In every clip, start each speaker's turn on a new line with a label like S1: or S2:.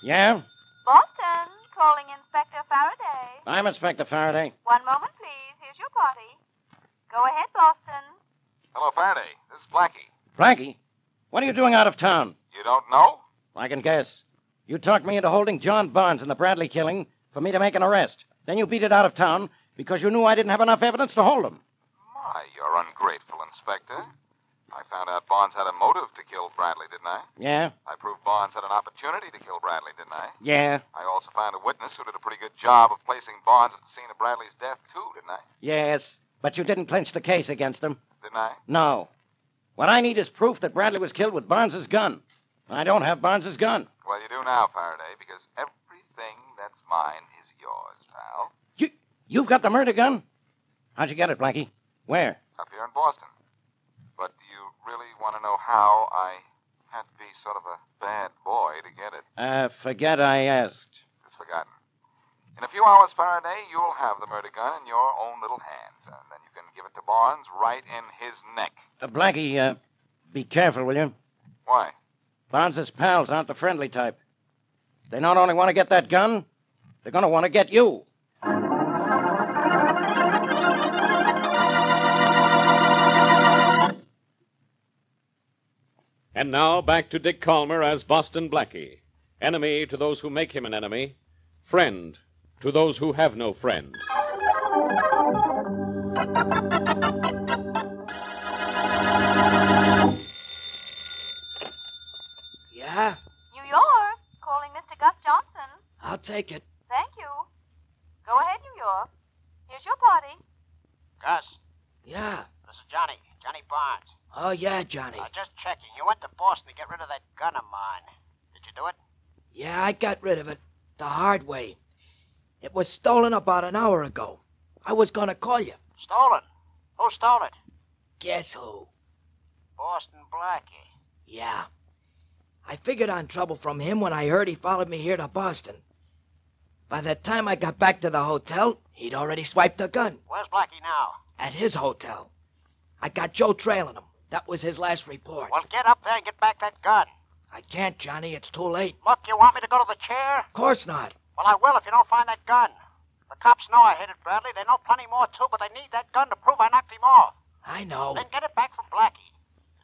S1: Yeah?
S2: Boston, calling Inspector Faraday.
S1: I'm Inspector Faraday.
S2: One moment, please. Here's your party. Go ahead, Boston.
S3: Hello, Faraday. This is Blackie.
S1: Blackie, what are you doing out of town?
S3: You don't know?
S1: I can guess. You talked me into holding John Barnes in the Bradley killing for me to make an arrest. Then you beat it out of town because you knew I didn't have enough evidence to hold him.
S3: My, you're ungrateful, Inspector. I found out Bonds had a motive to kill Bradley, didn't I?
S1: Yeah?
S3: I proved Bonds had an opportunity to kill Bradley, didn't I?
S1: Yeah.
S3: I also found a witness who did a pretty good job of placing Bonds at the scene of Bradley's death, too, didn't I?
S1: Yes. But you didn't clinch the case against them.
S3: Didn't I?
S1: No. What I need is proof that Bradley was killed with Barnes's gun. I don't have Barnes's gun.
S3: Well, you do now, Faraday, because everything that's mine is yours, pal.
S1: You, you've got the murder gun? How'd you get it, Blackie? Where?
S3: Up here in Boston. But do you really want to know how I had to be sort of a bad boy to get it?
S1: Uh, forget I asked.
S3: It's forgotten. In a few hours, Faraday, you'll have the murder gun in your own little hands, and then you can give it to Barnes right in his neck.
S1: Uh, Blackie, uh, be careful, will you?
S3: Why?
S1: Barnes's pals aren't the friendly type. They not only want to get that gun, they're going to want to get you.
S4: And now back to Dick Calmer as Boston Blackie. Enemy to those who make him an enemy, friend to those who have no friend.
S5: Yeah,
S2: New York, calling Mr. Gus Johnson.
S5: I'll take it.
S2: Thank you. Go ahead, New York. Here's your party.
S6: Gus,
S5: Yeah.
S6: this is Johnny. Johnny Barnes.
S5: Oh, yeah, Johnny.
S6: I was just checking. You went to Boston to get rid of that gun of mine. Did you do it?
S5: Yeah, I got rid of it. The hard way. It was stolen about an hour ago. I was gonna call you.
S6: Stolen? Who stole it?
S5: Guess who?
S6: Boston Blackie.
S5: Yeah. I figured on trouble from him when I heard he followed me here to Boston. By the time I got back to the hotel, he'd already swiped the gun
S6: Where's Blackie now?
S5: at his hotel. I got Joe trailing him. That was his last report.
S6: Well, get up there and get back that gun.
S5: I can't, Johnny. It's too late.
S6: Look, you want me to go to the chair?
S5: Of course not.
S6: Well, I will if you don't find that gun. The cops know I hated Bradley. They know plenty more, too, but they need that gun to prove I knocked him off.
S5: I know.
S6: Then get it back from Blackie.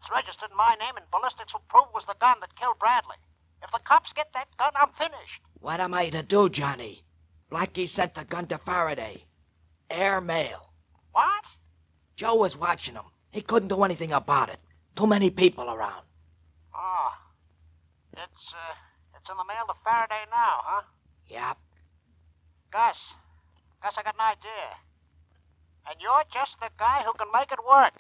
S6: It's registered in my name, and ballistics will prove it was the gun that killed Bradley. If the cops get that gun, I'm finished.
S5: What am I to do, Johnny? Blackie sent the gun to Faraday. Airmail.
S6: What?
S5: Joe was watching him. He couldn't do anything about it. Too many people around.
S6: Oh. It's, uh, it's in the mail to Faraday now, huh?
S5: Yep.
S6: Gus. Gus, I got an idea. And you're just the guy who can make it work.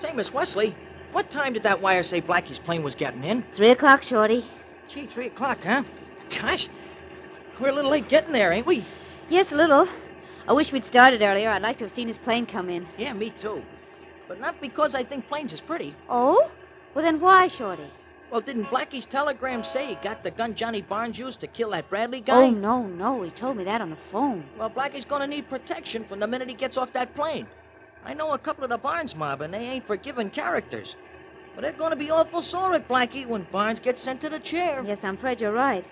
S5: Say, Miss Wesley, what time did that wire say Blackie's plane was getting in?
S7: Three o'clock, Shorty.
S5: Gee, three o'clock, huh? Gosh, we're a little late getting there, ain't we?
S7: Yes, a little. I wish we'd started earlier. I'd like to have seen his plane come in.
S5: Yeah, me too. But not because I think planes is pretty.
S7: Oh? Well, then why, Shorty?
S5: Well, didn't Blackie's telegram say he got the gun Johnny Barnes used to kill that Bradley guy?
S7: Oh, no, no. He told me that on the phone.
S5: Well, Blackie's gonna need protection from the minute he gets off that plane. I know a couple of the Barnes mob, and they ain't for giving characters.
S7: But they're going to be awful sore at Blackie when Barnes gets sent to the chair.
S2: Yes, I'm afraid you're right.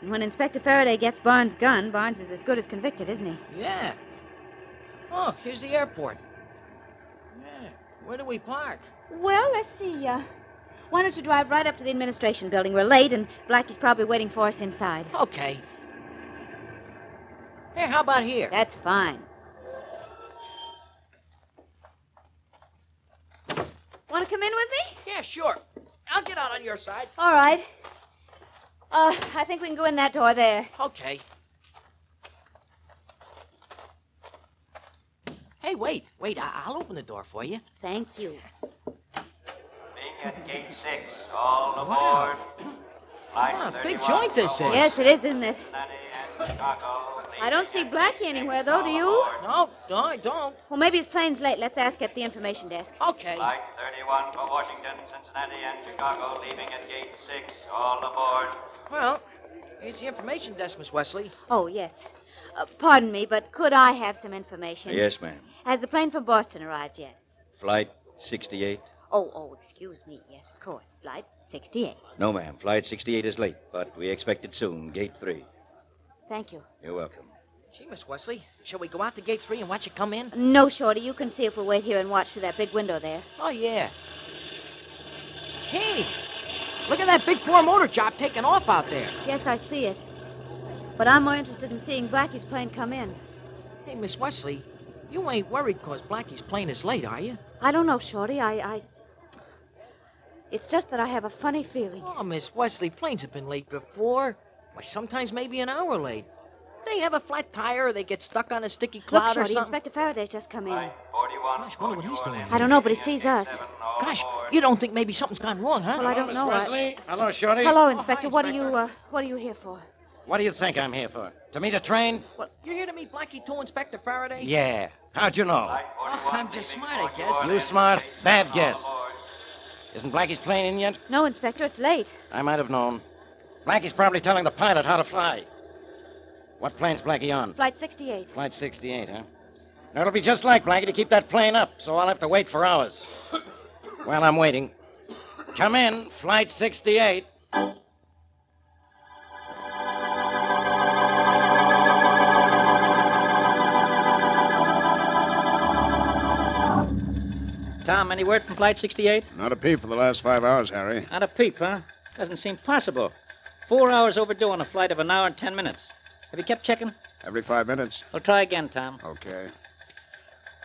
S2: And when Inspector Faraday gets Barnes' gun, Barnes is as good as convicted, isn't he?
S7: Yeah. Oh, here's the airport. Yeah. Where do we park?
S2: Well, let's see. Uh, why don't you drive right up to the administration building? We're late, and Blackie's probably waiting for us inside.
S7: Okay. Hey, how about here?
S2: That's fine. Want to come in with me?
S7: Yeah, sure. I'll get out on your side.
S2: All right. Uh, I think we can go in that door there.
S7: Okay. Hey, wait, wait. I- I'll open the door for you.
S2: Thank you.
S5: Being at gate six, all aboard. Flight
S7: Ah, big
S5: 31
S7: joint this is.
S5: from
S2: Yes, it is, isn't it?
S5: Cincinnati and Chicago.
S2: I don't see Blackie anywhere, though, do you?
S7: No, no, I don't.
S2: Well, maybe his plane's late. Let's ask at the information desk.
S7: Okay.
S5: Flight 31 for Washington, Cincinnati, and Chicago, leaving at gate six, all aboard.
S7: Well, here's the information desk, Miss Wesley.
S2: Oh, yes. Uh, pardon me, but could I have some information?
S8: Yes, ma'am.
S2: Has the plane from Boston arrived yet?
S8: Flight 68?
S2: Oh, oh, excuse me. Yes, of course. Flight 68.
S8: No, ma'am. Flight 68 is late, but we expect it soon. Gate 3.
S2: Thank you.
S8: You're welcome.
S7: Gee, Miss Wesley, shall we go out to gate three and watch it come in?
S2: No, Shorty, you can see if we wait here and watch through that big window there.
S7: Oh, yeah. Hey, look at that big four motor job taking off out there.
S2: Yes, I see it. But I'm more interested in seeing Blackie's plane come in.
S7: Hey, Miss Wesley, you ain't worried 'cause Blackie's plane is late, are you?
S2: I don't know, Shorty. I, I. It's just that I have a funny feeling.
S7: Oh, Miss Wesley, planes have been late before. Why, sometimes maybe an hour late. They have a flat tire or they get stuck on a sticky
S2: Look,
S7: cloud or
S2: Shorty,
S7: something.
S2: Inspector Faraday's just come in.
S5: Flight 41
S7: Gosh, wonder what he's doing.
S2: I don't know, but he sees us.
S7: Gosh, you don't think maybe something's gone wrong, huh?
S2: Well, I don't know. I...
S1: Hello, Shorty.
S2: Hello, Inspector.
S7: Oh, hi,
S2: What are you?
S7: Inspector.
S2: Uh, what are you here for?
S1: What do you think I'm here for? To meet a train?
S7: Well, you're here to meet Blackie too, Inspector Faraday? Oh,
S1: Yeah. How'd you know?
S7: I'm just smart, I guess.
S1: You smart? Bad guess. Isn't Blackie's plane in yet?
S2: No, Inspector. It's late.
S1: I might have known. Blackie's probably telling the pilot how to fly. What plane's Blackie on?
S2: Flight 68.
S1: Flight 68, huh? Now, it'll be just like Blackie to keep that plane up, so I'll have to wait for hours. well, I'm waiting. Come in, Flight 68.
S9: Tom, any word from Flight 68?
S10: Not a peep for the last five hours, Harry.
S9: Not a peep, huh? Doesn't seem possible. Four hours overdue on a flight of an hour and ten minutes. Have you kept checking?
S10: Every five minutes.
S9: We'll try again, Tom.
S10: Okay.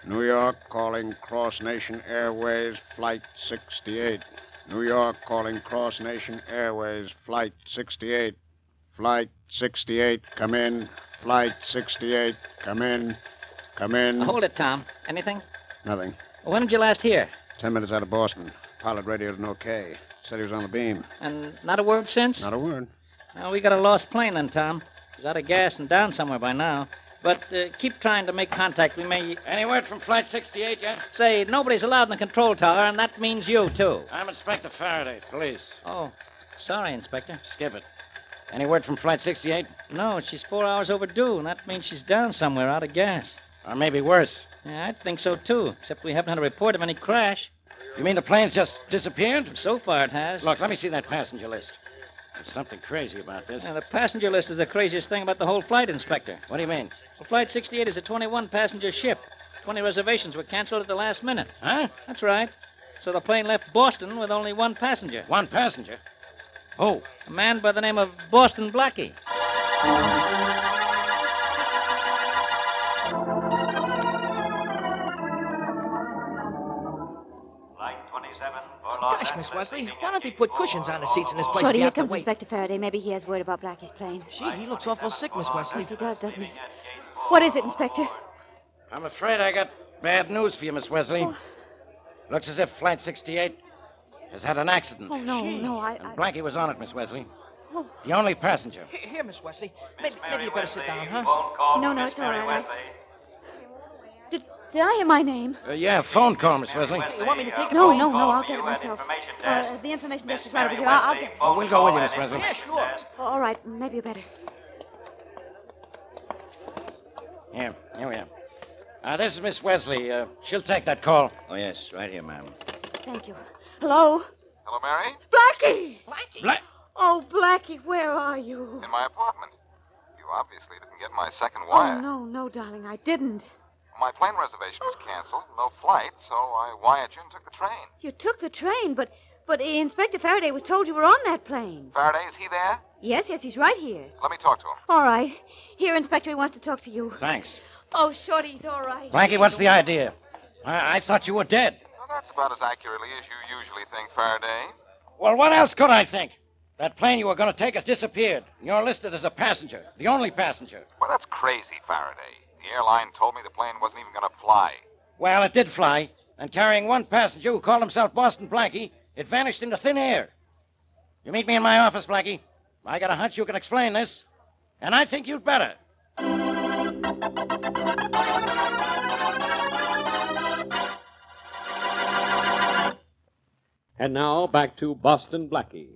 S10: New York calling Cross Nation Airways Flight 68. New York calling Cross Nation Airways Flight 68. Flight 68, come in. Flight 68, come in. Come in.
S9: Now, hold it, Tom. Anything?
S10: Nothing.
S9: When did you last hear?
S10: Ten minutes out of Boston. Pilot radioed an okay. Said he was on the beam.
S9: And not a word since?
S10: Not a word.
S9: Well, we got a lost plane then, Tom. It's out of gas and down somewhere by now. But uh, keep trying to make contact. We may.
S1: Any word from Flight 68 yet?
S9: Say, nobody's allowed in the control tower, and that means you, too.
S1: I'm Inspector Faraday, police.
S9: Oh, sorry, Inspector.
S1: Skip it. Any word from Flight 68?
S9: No, she's four hours overdue, and that means she's down somewhere out of gas.
S1: Or maybe worse.
S9: Yeah, I think so, too, except we haven't had a report of any crash.
S1: You mean the plane's just disappeared?
S9: So far, it has.
S1: Look, let me see that passenger list. There's something crazy about this.
S9: Yeah, the passenger list is the craziest thing about the whole flight, Inspector.
S1: What do you mean?
S9: Well, Flight 68 is a 21 passenger ship. 20 reservations were canceled at the last minute.
S1: Huh?
S9: That's right. So the plane left Boston with only one passenger
S1: One passenger? Who?
S9: Oh, a man by the name of Boston Blackie.
S5: Flight 27 for Los
S7: Gosh,
S5: Angeles,
S7: Miss Wesley,
S5: leaving
S7: why
S5: at
S7: don't they
S5: gate
S7: put
S5: four,
S7: cushions on the
S5: all
S7: seats in this
S5: aboard.
S7: place?
S2: Shorty,
S7: We
S2: here
S7: have to
S2: comes
S7: wait.
S2: Inspector Faraday. Maybe he has word about Blackie's plane.
S7: Gee, he looks awful sick, Miss Wesley.
S2: Yes, he does, doesn't he? What is it, Inspector?
S1: I'm afraid I got bad news for you, Miss Wesley.
S2: Oh.
S1: Looks as if Flight 68 has had an accident.
S2: Oh, no, no, I.
S1: And
S2: I...
S1: Blackie was on it, Miss Wesley.
S2: Oh.
S1: The only passenger.
S7: Here, here, Miss Wesley. Maybe,
S5: Mary
S7: maybe you better sit
S5: Wesley,
S7: down, huh?
S5: phone call
S2: No,
S5: from
S2: no,
S5: Miss
S2: it's all
S5: Mary
S2: right. I-
S5: Wesley.
S2: Did, did I hear my name?
S1: Uh, yeah, phone call, Miss Wesley.
S5: Wesley,
S7: You want me to
S5: uh,
S7: take it?
S2: No,
S5: phone
S2: no,
S5: call
S2: no, I'll
S5: for
S2: get it
S5: you at
S2: myself.
S5: information desk.
S2: Uh, the information
S5: Miss
S2: desk is right over
S5: Mary
S2: here. I'll, I'll
S5: Wesley,
S2: get it.
S5: phone
S1: Oh, We'll go
S5: call
S1: with you,
S5: at
S1: Miss Wesley.
S7: Yeah,
S5: information
S7: sure.
S5: desk.
S2: Oh, all right, maybe you better.
S1: Yeah, here we are. Uh, this is Miss Wesley. Uh, she'll take that call.
S8: Oh, yes, right here, ma'am.
S2: Thank you. Hello?
S11: Hello, Mary?
S2: Blackie!
S11: Blackie? Black.
S2: Oh, Blackie, where are you?
S11: In my apartment. You obviously didn't get my second
S2: Oh,
S11: wire.
S2: no, no, darling, I didn't.
S11: My plane reservation was canceled, no flight, so I wired you and took the train.
S2: You took the train, but but Inspector Faraday was told you were on that plane.
S11: Faraday, is he there?
S2: Yes, yes, he's right here.
S11: Let me talk to him.
S2: All right. Here, Inspector, he wants to talk to you.
S1: Thanks.
S2: Oh, Shorty, he's all right.
S1: Blackie, what's the idea? I, I thought you were dead.
S11: Well, that's about as accurately as you usually think, Faraday.
S1: Well, what else could I think? That plane you were going to take has disappeared. You're listed as a passenger, the only passenger.
S11: Well, that's crazy, Faraday. The airline told me the plane wasn't even going to fly.
S1: Well, it did fly, and carrying one passenger who called himself Boston Blackie, it vanished into thin air. You meet me in my office, Blackie. I got a hunch you can explain this, and I think you'd better.
S4: And now back to Boston Blackie.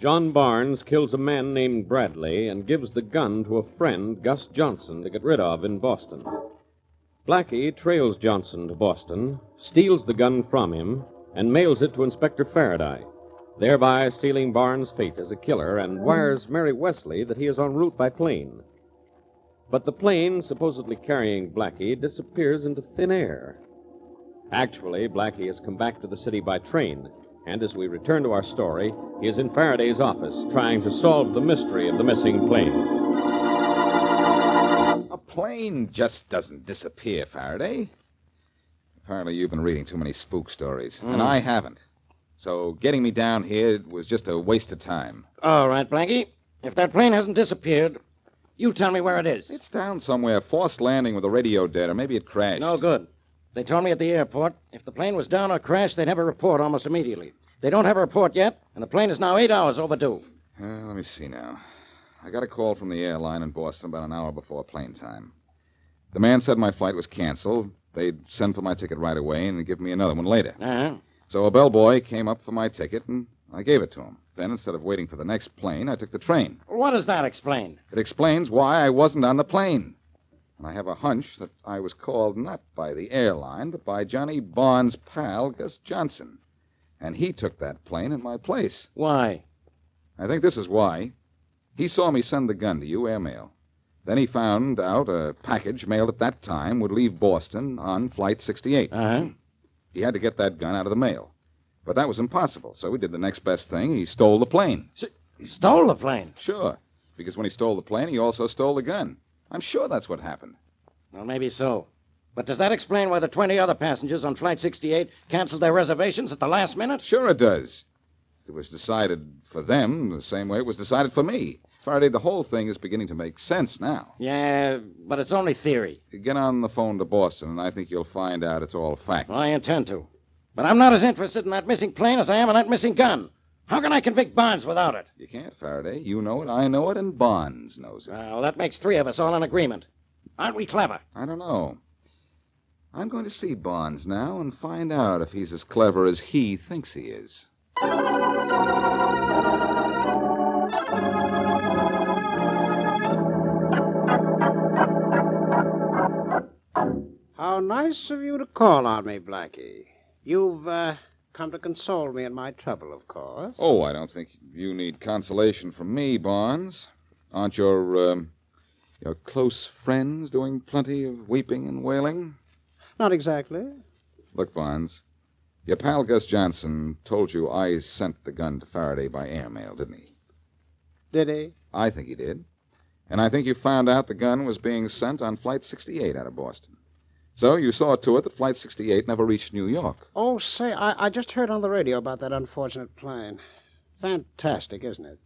S4: John Barnes kills a man named Bradley and gives the gun to a friend, Gus Johnson, to get rid of in Boston. Blackie trails Johnson to Boston, steals the gun from him, and mails it to Inspector Faraday, thereby sealing Barnes' fate as a killer and wires Mary Wesley that he is en route by plane. But the plane, supposedly carrying Blackie, disappears into thin air. Actually, Blackie has come back to the city by train, and as we return to our story, he is in Faraday's office trying to solve the mystery of the missing plane.
S3: A plane just doesn't disappear, Faraday. Apparently, you've been reading too many spook stories, and I haven't. So, getting me down here was just a waste of time.
S1: All right, Blackie. If that plane hasn't disappeared, you tell me where it is.
S3: It's down somewhere, forced landing with a radio dead, or maybe it crashed.
S1: No good. They told me at the airport if the plane was down or crashed, they'd have a report almost immediately. They don't have a report yet, and the plane is now eight hours overdue.
S3: Uh, let me see now. I got a call from the airline in Boston about an hour before plane time. The man said my flight was canceled. They'd send for my ticket right away and give me another one later.
S1: Uh-huh.
S3: So a bellboy came up for my ticket, and I gave it to him. Then, instead of waiting for the next plane, I took the train.
S1: What does that explain?
S3: It explains why I wasn't on the plane. And I have a hunch that I was called not by the airline, but by Johnny Bond's pal, Gus Johnson. And he took that plane in my place.
S1: Why?
S3: I think this is why. He saw me send the gun to you airmail. Then he found out a package mailed at that time would leave Boston on Flight 68.
S1: Uh-huh.
S3: He had to get that gun out of the mail. But that was impossible, so he did the next best thing. He stole the plane.
S1: Stole the plane?
S3: Sure. Because when he stole the plane, he also stole the gun. I'm sure that's what happened.
S1: Well, maybe so. But does that explain why the 20 other passengers on Flight 68 canceled their reservations at the last minute?
S3: Sure it does. It was decided for them the same way it was decided for me. Faraday, the whole thing is beginning to make sense now.
S1: Yeah, but it's only theory.
S3: Get on the phone to Boston, and I think you'll find out it's all fact.
S1: I intend to. But I'm not as interested in that missing plane as I am in that missing gun. How can I convict Barnes without it?
S3: You can't, Faraday. You know it, I know it, and Bonds knows it.
S1: Well, that makes three of us all in agreement. Aren't we clever?
S3: I don't know. I'm going to see Bonds now and find out if he's as clever as he thinks he is.
S12: How nice of you to call on me, Blackie. You've uh, come to console me in my trouble, of course.
S3: Oh, I don't think you need consolation from me, Bonds. Aren't your, um, your close friends doing plenty of weeping and wailing?
S12: Not exactly.
S3: Look, Bonds, your pal Gus Johnson told you I sent the gun to Faraday by airmail, didn't he?
S12: Did he?
S3: I think he did. And I think you found out the gun was being sent on Flight 68 out of Boston. So you saw to it that Flight 68 never reached New York.
S12: Oh, say, I, I just heard on the radio about that unfortunate plane. Fantastic, isn't it?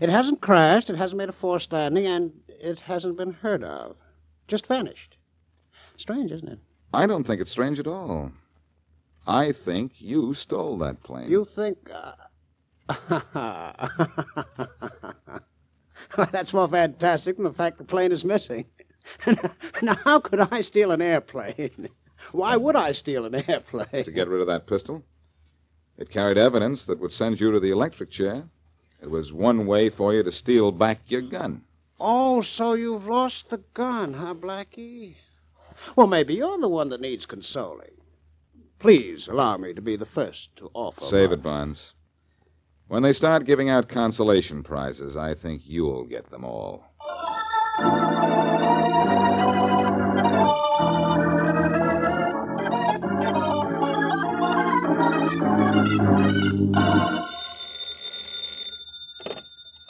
S12: It hasn't crashed, it hasn't made a forced landing, and it hasn't been heard of. Just vanished. Strange, isn't it?
S3: I don't think it's strange at all. I think you stole that plane.
S12: You think. Uh... That's more fantastic than the fact the plane is missing. now, how could I steal an airplane? Why would I steal an airplane?
S3: to get rid of that pistol. It carried evidence that would send you to the electric chair. It was one way for you to steal back your gun.
S12: Oh, so you've lost the gun, huh, Blackie? Well, maybe you're the one that needs consoling. Please allow me to be the first to offer.
S3: Save it, Bonds. When they start giving out consolation prizes, I think you'll get them all.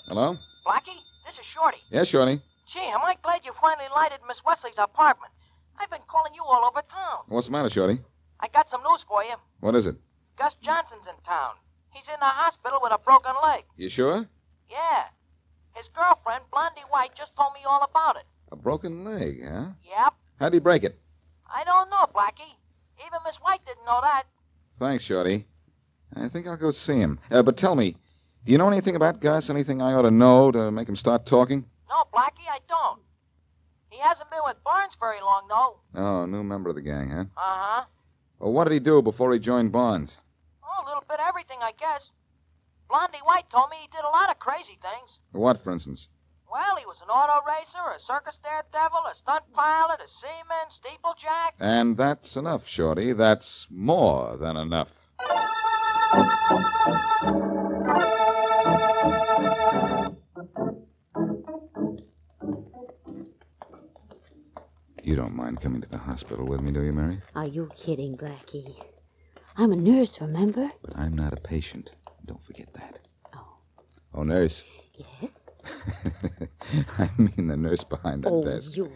S3: Hello?
S6: Blackie, this is Shorty.
S3: Yes, Shorty.
S6: Gee, am I glad you finally lighted Miss Wesley's apartment. I've been calling you all over town.
S3: What's the matter, Shorty?
S6: I got some news for you.
S3: What is it?
S6: Gus Johnson's in town. He's in the hospital with a broken leg.
S3: You sure?
S6: Yeah. His girlfriend, Blondie White, just told me all about it.
S3: A broken leg, huh?
S6: Yep.
S3: How'd he break it?
S6: I don't know, Blackie. Even Miss White didn't know that.
S3: Thanks, Shorty. I think I'll go see him. Uh, but tell me, do you know anything about Gus? Anything I ought to know to make him start talking?
S6: No, Blackie, I don't. He hasn't been with Barnes very long, though.
S3: Oh, new member of the gang, huh?
S6: Uh huh.
S3: Well, what did he do before he joined Bonds?
S6: Oh, a little bit of everything, I guess. Blondie White told me he did a lot of crazy things.
S3: What, for instance?
S6: Well, he was an auto racer, a circus daredevil, a stunt pilot, a seaman, steeplejack.
S3: And that's enough, Shorty. That's more than enough. You don't mind coming to the hospital with me, do you, Mary?
S13: Are you kidding, Blackie? I'm a nurse, remember?
S3: But I'm not a patient. Don't forget that. Oh. Oh, nurse.
S13: Yes?
S3: I mean the nurse behind that
S13: oh,
S3: desk.
S13: you.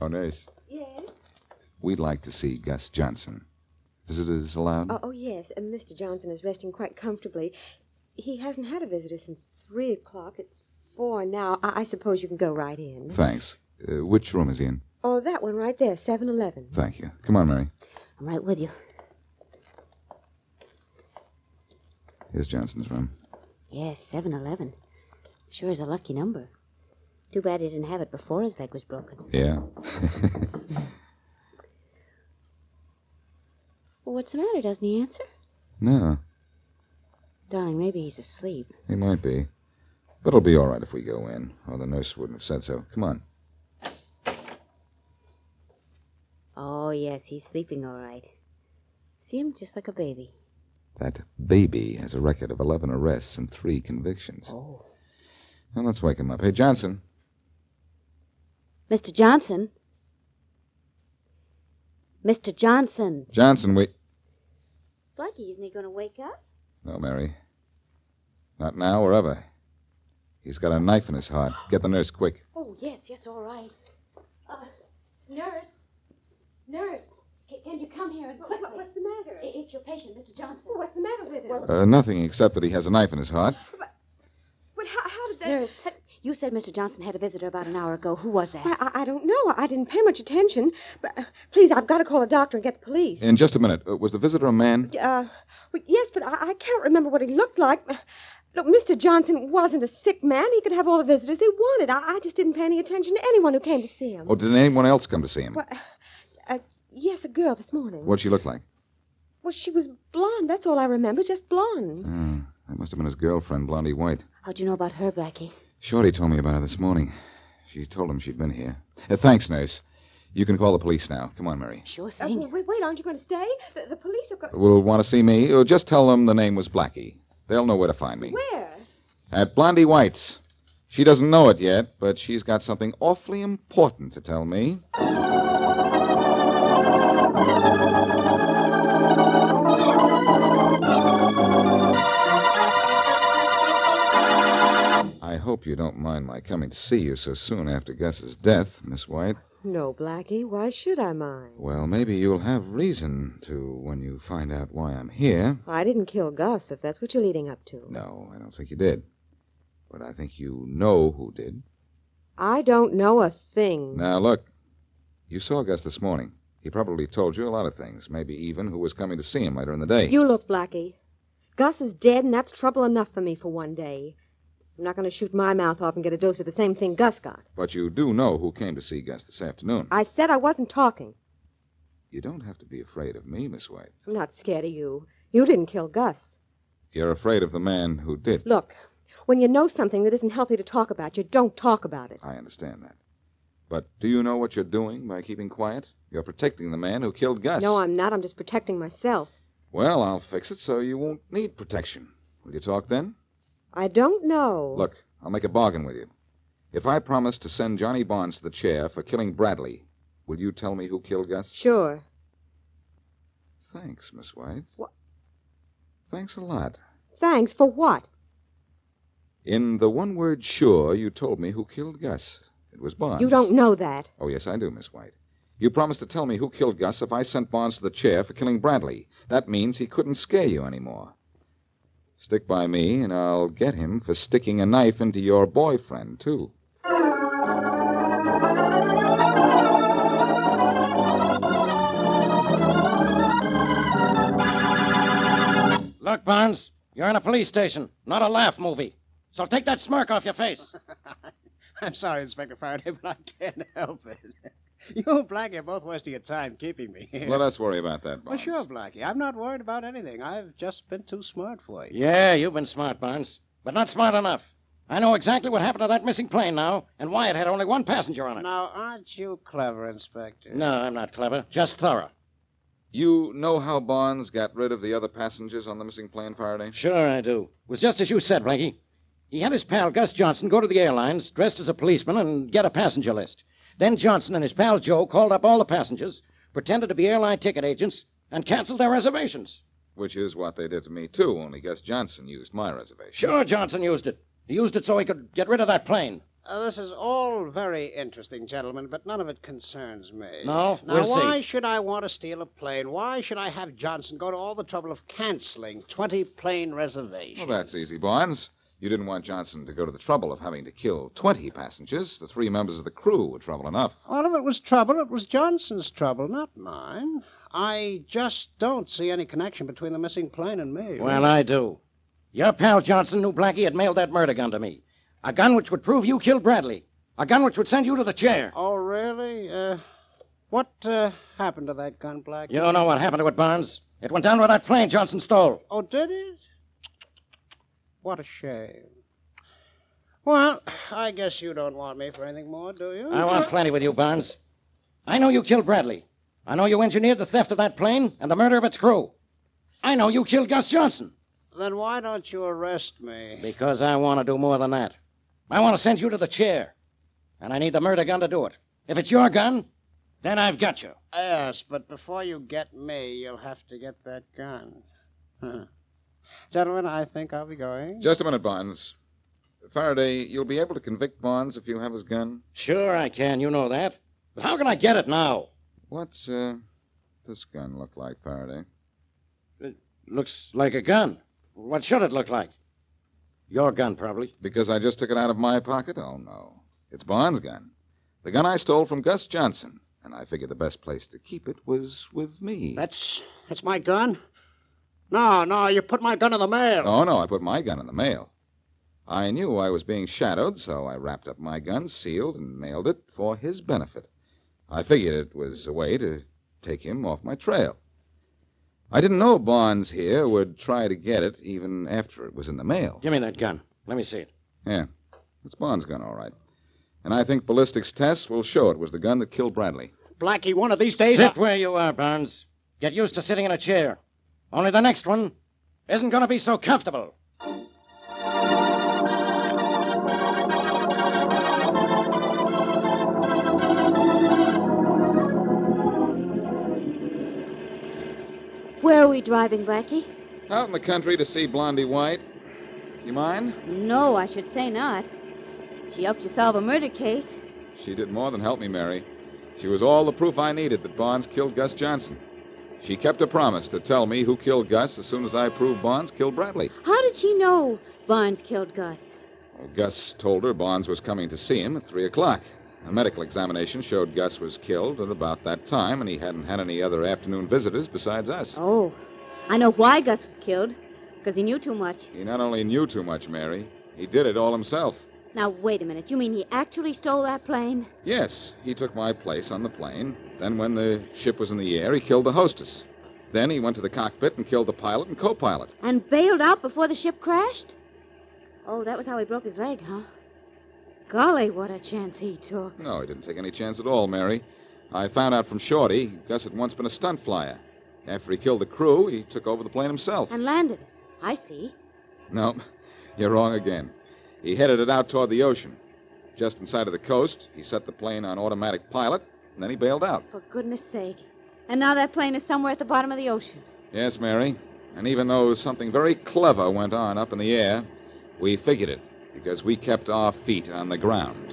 S3: Oh, nurse.
S13: Yes?
S3: We'd like to see Gus Johnson. Visitors allowed?
S13: Oh, oh, yes. Uh, Mr. Johnson is resting quite comfortably. He hasn't had a visitor since 3 o'clock. It's 4 now. I, I suppose you can go right in.
S3: Thanks. Uh, which room is he in?
S13: Oh, that one right there, 7 Eleven.
S3: Thank you. Come on, Mary.
S13: I'm right with you.
S3: Here's Johnson's room.
S13: Yes, 7 Eleven. Sure is a lucky number. Too bad he didn't have it before his leg was broken.
S3: Yeah.
S13: Well, what's the matter? Doesn't he answer?
S3: no,
S13: Darling, maybe he's asleep.
S3: he might be. But it'll be all right if we go in, or the nurse wouldn't have said so. Come on.
S13: Oh, yes, he's sleeping all right. See him just like a baby.
S3: That baby has a record of 11 arrests and three convictions.
S13: Oh.
S3: Well, let's wake him up. Hey, Johnson.
S13: Mr. Johnson? Mr. Johnson.
S3: Johnson, we.
S13: Blackie, isn't he going to wake up?
S3: No, Mary. Not now or ever. He's got a knife in his heart. Get the nurse quick.
S13: Oh, yes, yes, all right. Uh, nurse? Nurse? Can you come here and quickly? What's the matter? It's your patient, Mr. Johnson. What's the matter with him? Well,
S3: Uh, nothing except that he has a knife in his heart.
S13: But how, how did that... Nurse, you said Mr. Johnson had a visitor about an hour ago. Who was that? I, I, I don't know. I didn't pay much attention. But uh, please, I've got to call the doctor and get the police.
S3: In just a minute. Uh, was the visitor a man?
S13: Uh, well, yes, but I, I can't remember what he looked like. Uh, Look, Mr. Johnson wasn't a sick man. He could have all the visitors he wanted. I, I just didn't pay any attention to anyone who came to see him.
S3: Or did anyone else come to see him?
S13: Well, uh, yes, a girl this morning.
S3: What'd she look like?
S13: Well, she was blonde. That's all I remember. Just blonde.
S3: Hmm, that must have been his girlfriend, Blondie White.
S13: How'd you know about her, Blackie?
S3: Shorty told me about her this morning. She told him she'd been here. Uh, thanks, nurse. You can call the police now. Come on, Mary.
S13: Sure thing. Uh, wait, wait, aren't you going to stay? The, the police are going.
S3: Will want to see me? Oh, just tell them the name was Blackie. They'll know where to find me.
S13: Where?
S3: At Blondie White's. She doesn't know it yet, but she's got something awfully important to tell me. I hope you don't mind my coming to see you so soon after Gus's death, Miss White.
S13: No, Blackie. Why should I mind?
S3: Well, maybe you'll have reason to when you find out why I'm here.
S13: I didn't kill Gus, if that's what you're leading up to.
S3: No, I don't think you did. But I think you know who did.
S13: I don't know a thing.
S3: Now, look, you saw Gus this morning. He probably told you a lot of things, maybe even who was coming to see him later in the day.
S13: You look, Blackie. Gus is dead, and that's trouble enough for me for one day. I'm not going to shoot my mouth off and get a dose of the same thing Gus got.
S3: But you do know who came to see Gus this afternoon.
S13: I said I wasn't talking.
S3: You don't have to be afraid of me, Miss White.
S13: I'm not scared of you. You didn't kill Gus.
S3: You're afraid of the man who did.
S13: Look, when you know something that isn't healthy to talk about, you don't talk about it.
S3: I understand that. But do you know what you're doing by keeping quiet? You're protecting the man who killed Gus.
S13: No, I'm not. I'm just protecting myself.
S3: Well, I'll fix it so you won't need protection. Will you talk then?
S13: I don't know.
S3: Look, I'll make a bargain with you. If I promise to send Johnny Barnes to the chair for killing Bradley, will you tell me who killed Gus?
S13: Sure.
S3: Thanks, Miss White. What? Thanks a lot.
S13: Thanks. For what?
S3: In the one word sure, you told me who killed Gus. It was Barnes.
S13: You don't know that.
S3: Oh, yes, I do, Miss White. You promised to tell me who killed Gus if I sent Barnes to the chair for killing Bradley. That means he couldn't scare you anymore. Stick by me, and I'll get him for sticking a knife into your boyfriend, too.
S1: Look, Barnes, you're in a police station, not a laugh movie. So take that smirk off your face.
S12: I'm sorry, Inspector Faraday, but I can't help it. You and Blackie are both wasting your time keeping me here.
S3: Let us worry about that,
S12: Well,
S3: Barnes.
S12: sure, Blackie. I'm not worried about anything. I've just been too smart for you.
S1: Yeah, you've been smart, Barnes, but not smart enough. I know exactly what happened to that missing plane now, and why it had only one passenger on it.
S12: Now, aren't you clever, Inspector?
S1: No, I'm not clever. Just thorough.
S3: You know how Barnes got rid of the other passengers on the missing plane, Faraday?
S1: Sure, I do. It was just as you said, Blackie. He had his pal Gus Johnson go to the airlines dressed as a policeman and get a passenger list. Then Johnson and his pal Joe called up all the passengers, pretended to be airline ticket agents, and canceled their reservations.
S3: Which is what they did to me, too, only Gus Johnson used my reservation.
S1: Sure, Johnson used it. He used it so he could get rid of that plane.
S12: Uh, this is all very interesting, gentlemen, but none of it concerns me.
S1: No?
S12: Now,
S1: We'll see.
S12: why should I want to steal a plane? Why should I have Johnson go to all the trouble of canceling 20 plane reservations?
S3: Well, that's easy, Barnes. You didn't want Johnson to go to the trouble of having to kill 20 passengers. The three members of the crew were trouble enough.
S12: All of it was trouble. It was Johnson's trouble, not mine. I just don't see any connection between the missing plane and me.
S1: Well, I do. Your pal Johnson knew Blackie had mailed that murder gun to me. A gun which would prove you killed Bradley. A gun which would send you to the chair.
S12: Oh, really? Uh, what uh, happened to that gun, Black?
S1: You know what happened to it, Barnes. It went down with that plane Johnson stole.
S12: Oh, did it? What a shame. Well, I guess you don't want me for anything more, do you?
S1: I want plenty with you, Barnes. I know you killed Bradley. I know you engineered the theft of that plane and the murder of its crew. I know you killed Gus Johnson.
S12: Then why don't you arrest me?
S1: Because I want to do more than that. I want to send you to the chair. And I need the murder gun to do it. If it's your gun, then I've got you.
S12: Yes, but before you get me, you'll have to get that gun. Huh. Gentlemen, I think I'll be going.
S3: Just a minute, Barnes. Faraday, you'll be able to convict Barnes if you have his gun?
S1: Sure, I can. You know that. But how can I get it now?
S3: What's uh, this gun look like, Faraday?
S1: Looks like a gun. What should it look like? Your gun, probably.
S3: Because I just took it out of my pocket? Oh, no. It's Barnes' gun. The gun I stole from Gus Johnson. And I figured the best place to keep it was with me.
S12: That's that's my gun? No, no, you put my gun in the mail.
S3: Oh, no, I put my gun in the mail. I knew I was being shadowed, so I wrapped up my gun, sealed, and mailed it for his benefit. I figured it was a way to take him off my trail. I didn't know Barnes here would try to get it even after it was in the mail.
S1: Give me that gun. Let me see it.
S3: Yeah, it's Barnes' gun, all right. And I think ballistics tests will show it was the gun that killed Bradley.
S12: Blackie, one of these days.
S1: Sit where you are, Barnes. Get used to sitting in a chair. Only the next one isn't going to be so comfortable.
S2: Where are we driving, Blackie?
S3: Out in the country to see Blondie White. You mind?
S2: No, I should say not. She helped you solve a murder case.
S3: She did more than help me, Mary. She was all the proof I needed that Barnes killed Gus Johnson. She kept her promise to tell me who killed Gus as soon as I proved Barnes killed Bradley.
S2: How did she know Barnes killed Gus?
S3: Well, Gus told her Barnes was coming to see him at 3 o'clock. A medical examination showed Gus was killed at about that time, and he hadn't had any other afternoon visitors besides us.
S2: Oh, I know why Gus was killed. Because he knew too much.
S3: He not only knew too much, Mary, he did it all himself.
S2: Now, wait a minute. You mean he actually stole that plane?
S3: Yes, he took my place on the plane. Then, when the ship was in the air, he killed the hostess. Then he went to the cockpit and killed the pilot and co pilot.
S2: And bailed out before the ship crashed? Oh, that was how he broke his leg, huh? Golly, what a chance he took.
S3: No, he didn't take any chance at all, Mary. I found out from Shorty Gus had once been a stunt flyer. After he killed the crew, he took over the plane himself.
S2: And landed. I see.
S3: No, you're wrong again. He headed it out toward the ocean. Just inside of the coast, he set the plane on automatic pilot, and then he bailed out.
S2: For goodness sake. And now that plane is somewhere at the bottom of the ocean.
S3: Yes, Mary. And even though something very clever went on up in the air, we figured it because we kept our feet on the ground.